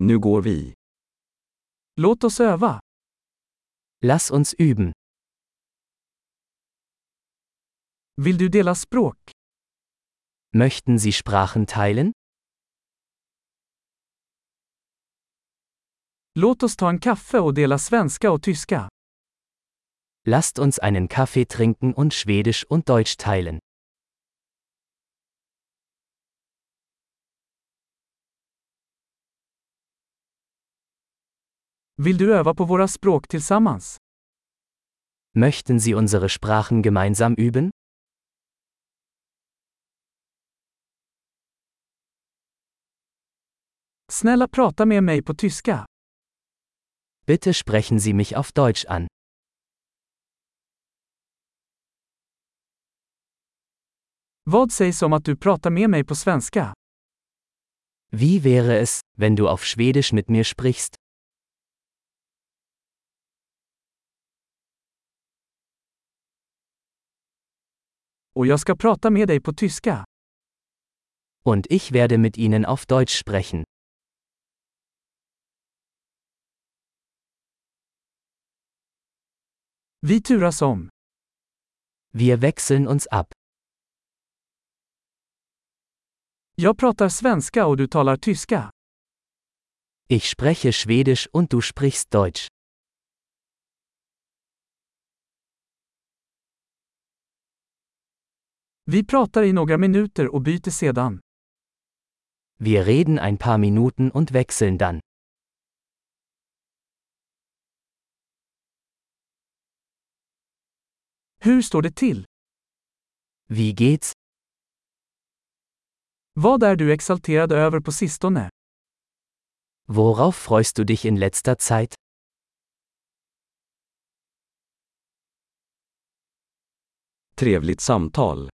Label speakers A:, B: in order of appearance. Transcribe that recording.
A: Nu går vi.
B: Låt oss öva.
C: Lass uns üben.
B: Vill du dela språk?
C: Möchten Sie Sprachen teilen?
B: Låt oss ta en kaffe och dela svenska och tyska.
C: Lasst uns einen Kaffee trinken und Schwedisch und Deutsch teilen.
B: Vill du öva på våra språk tillsammans?
C: Möchten Sie unsere Sprachen gemeinsam üben?
B: Snälla prata med mig på tyska.
C: Bitte sprechen Sie mich auf Deutsch an.
B: Vad sägs om att du pratar med mig på svenska?
C: Wie wäre es, wenn du auf Schwedisch mit mir sprichst?
B: Och jag ska prata med dig på tyska.
C: Und ich werde mit Ihnen auf Deutsch sprechen.
B: Vi turas om.
C: Wir wechseln uns ab.
B: Jag pratar svenska och du talar tyska.
C: Ich spreche Schwedisch und du sprichst Deutsch.
B: Vi pratar i några minuter och byter sedan.
C: Wir reden ein paar Minuten und wechseln dann.
B: Hur står det till?
C: Wie geht's?
B: Vad är du exalterad över på sistone?
C: Worauf freust du dich in letzter Zeit?
A: Trevligt samtal.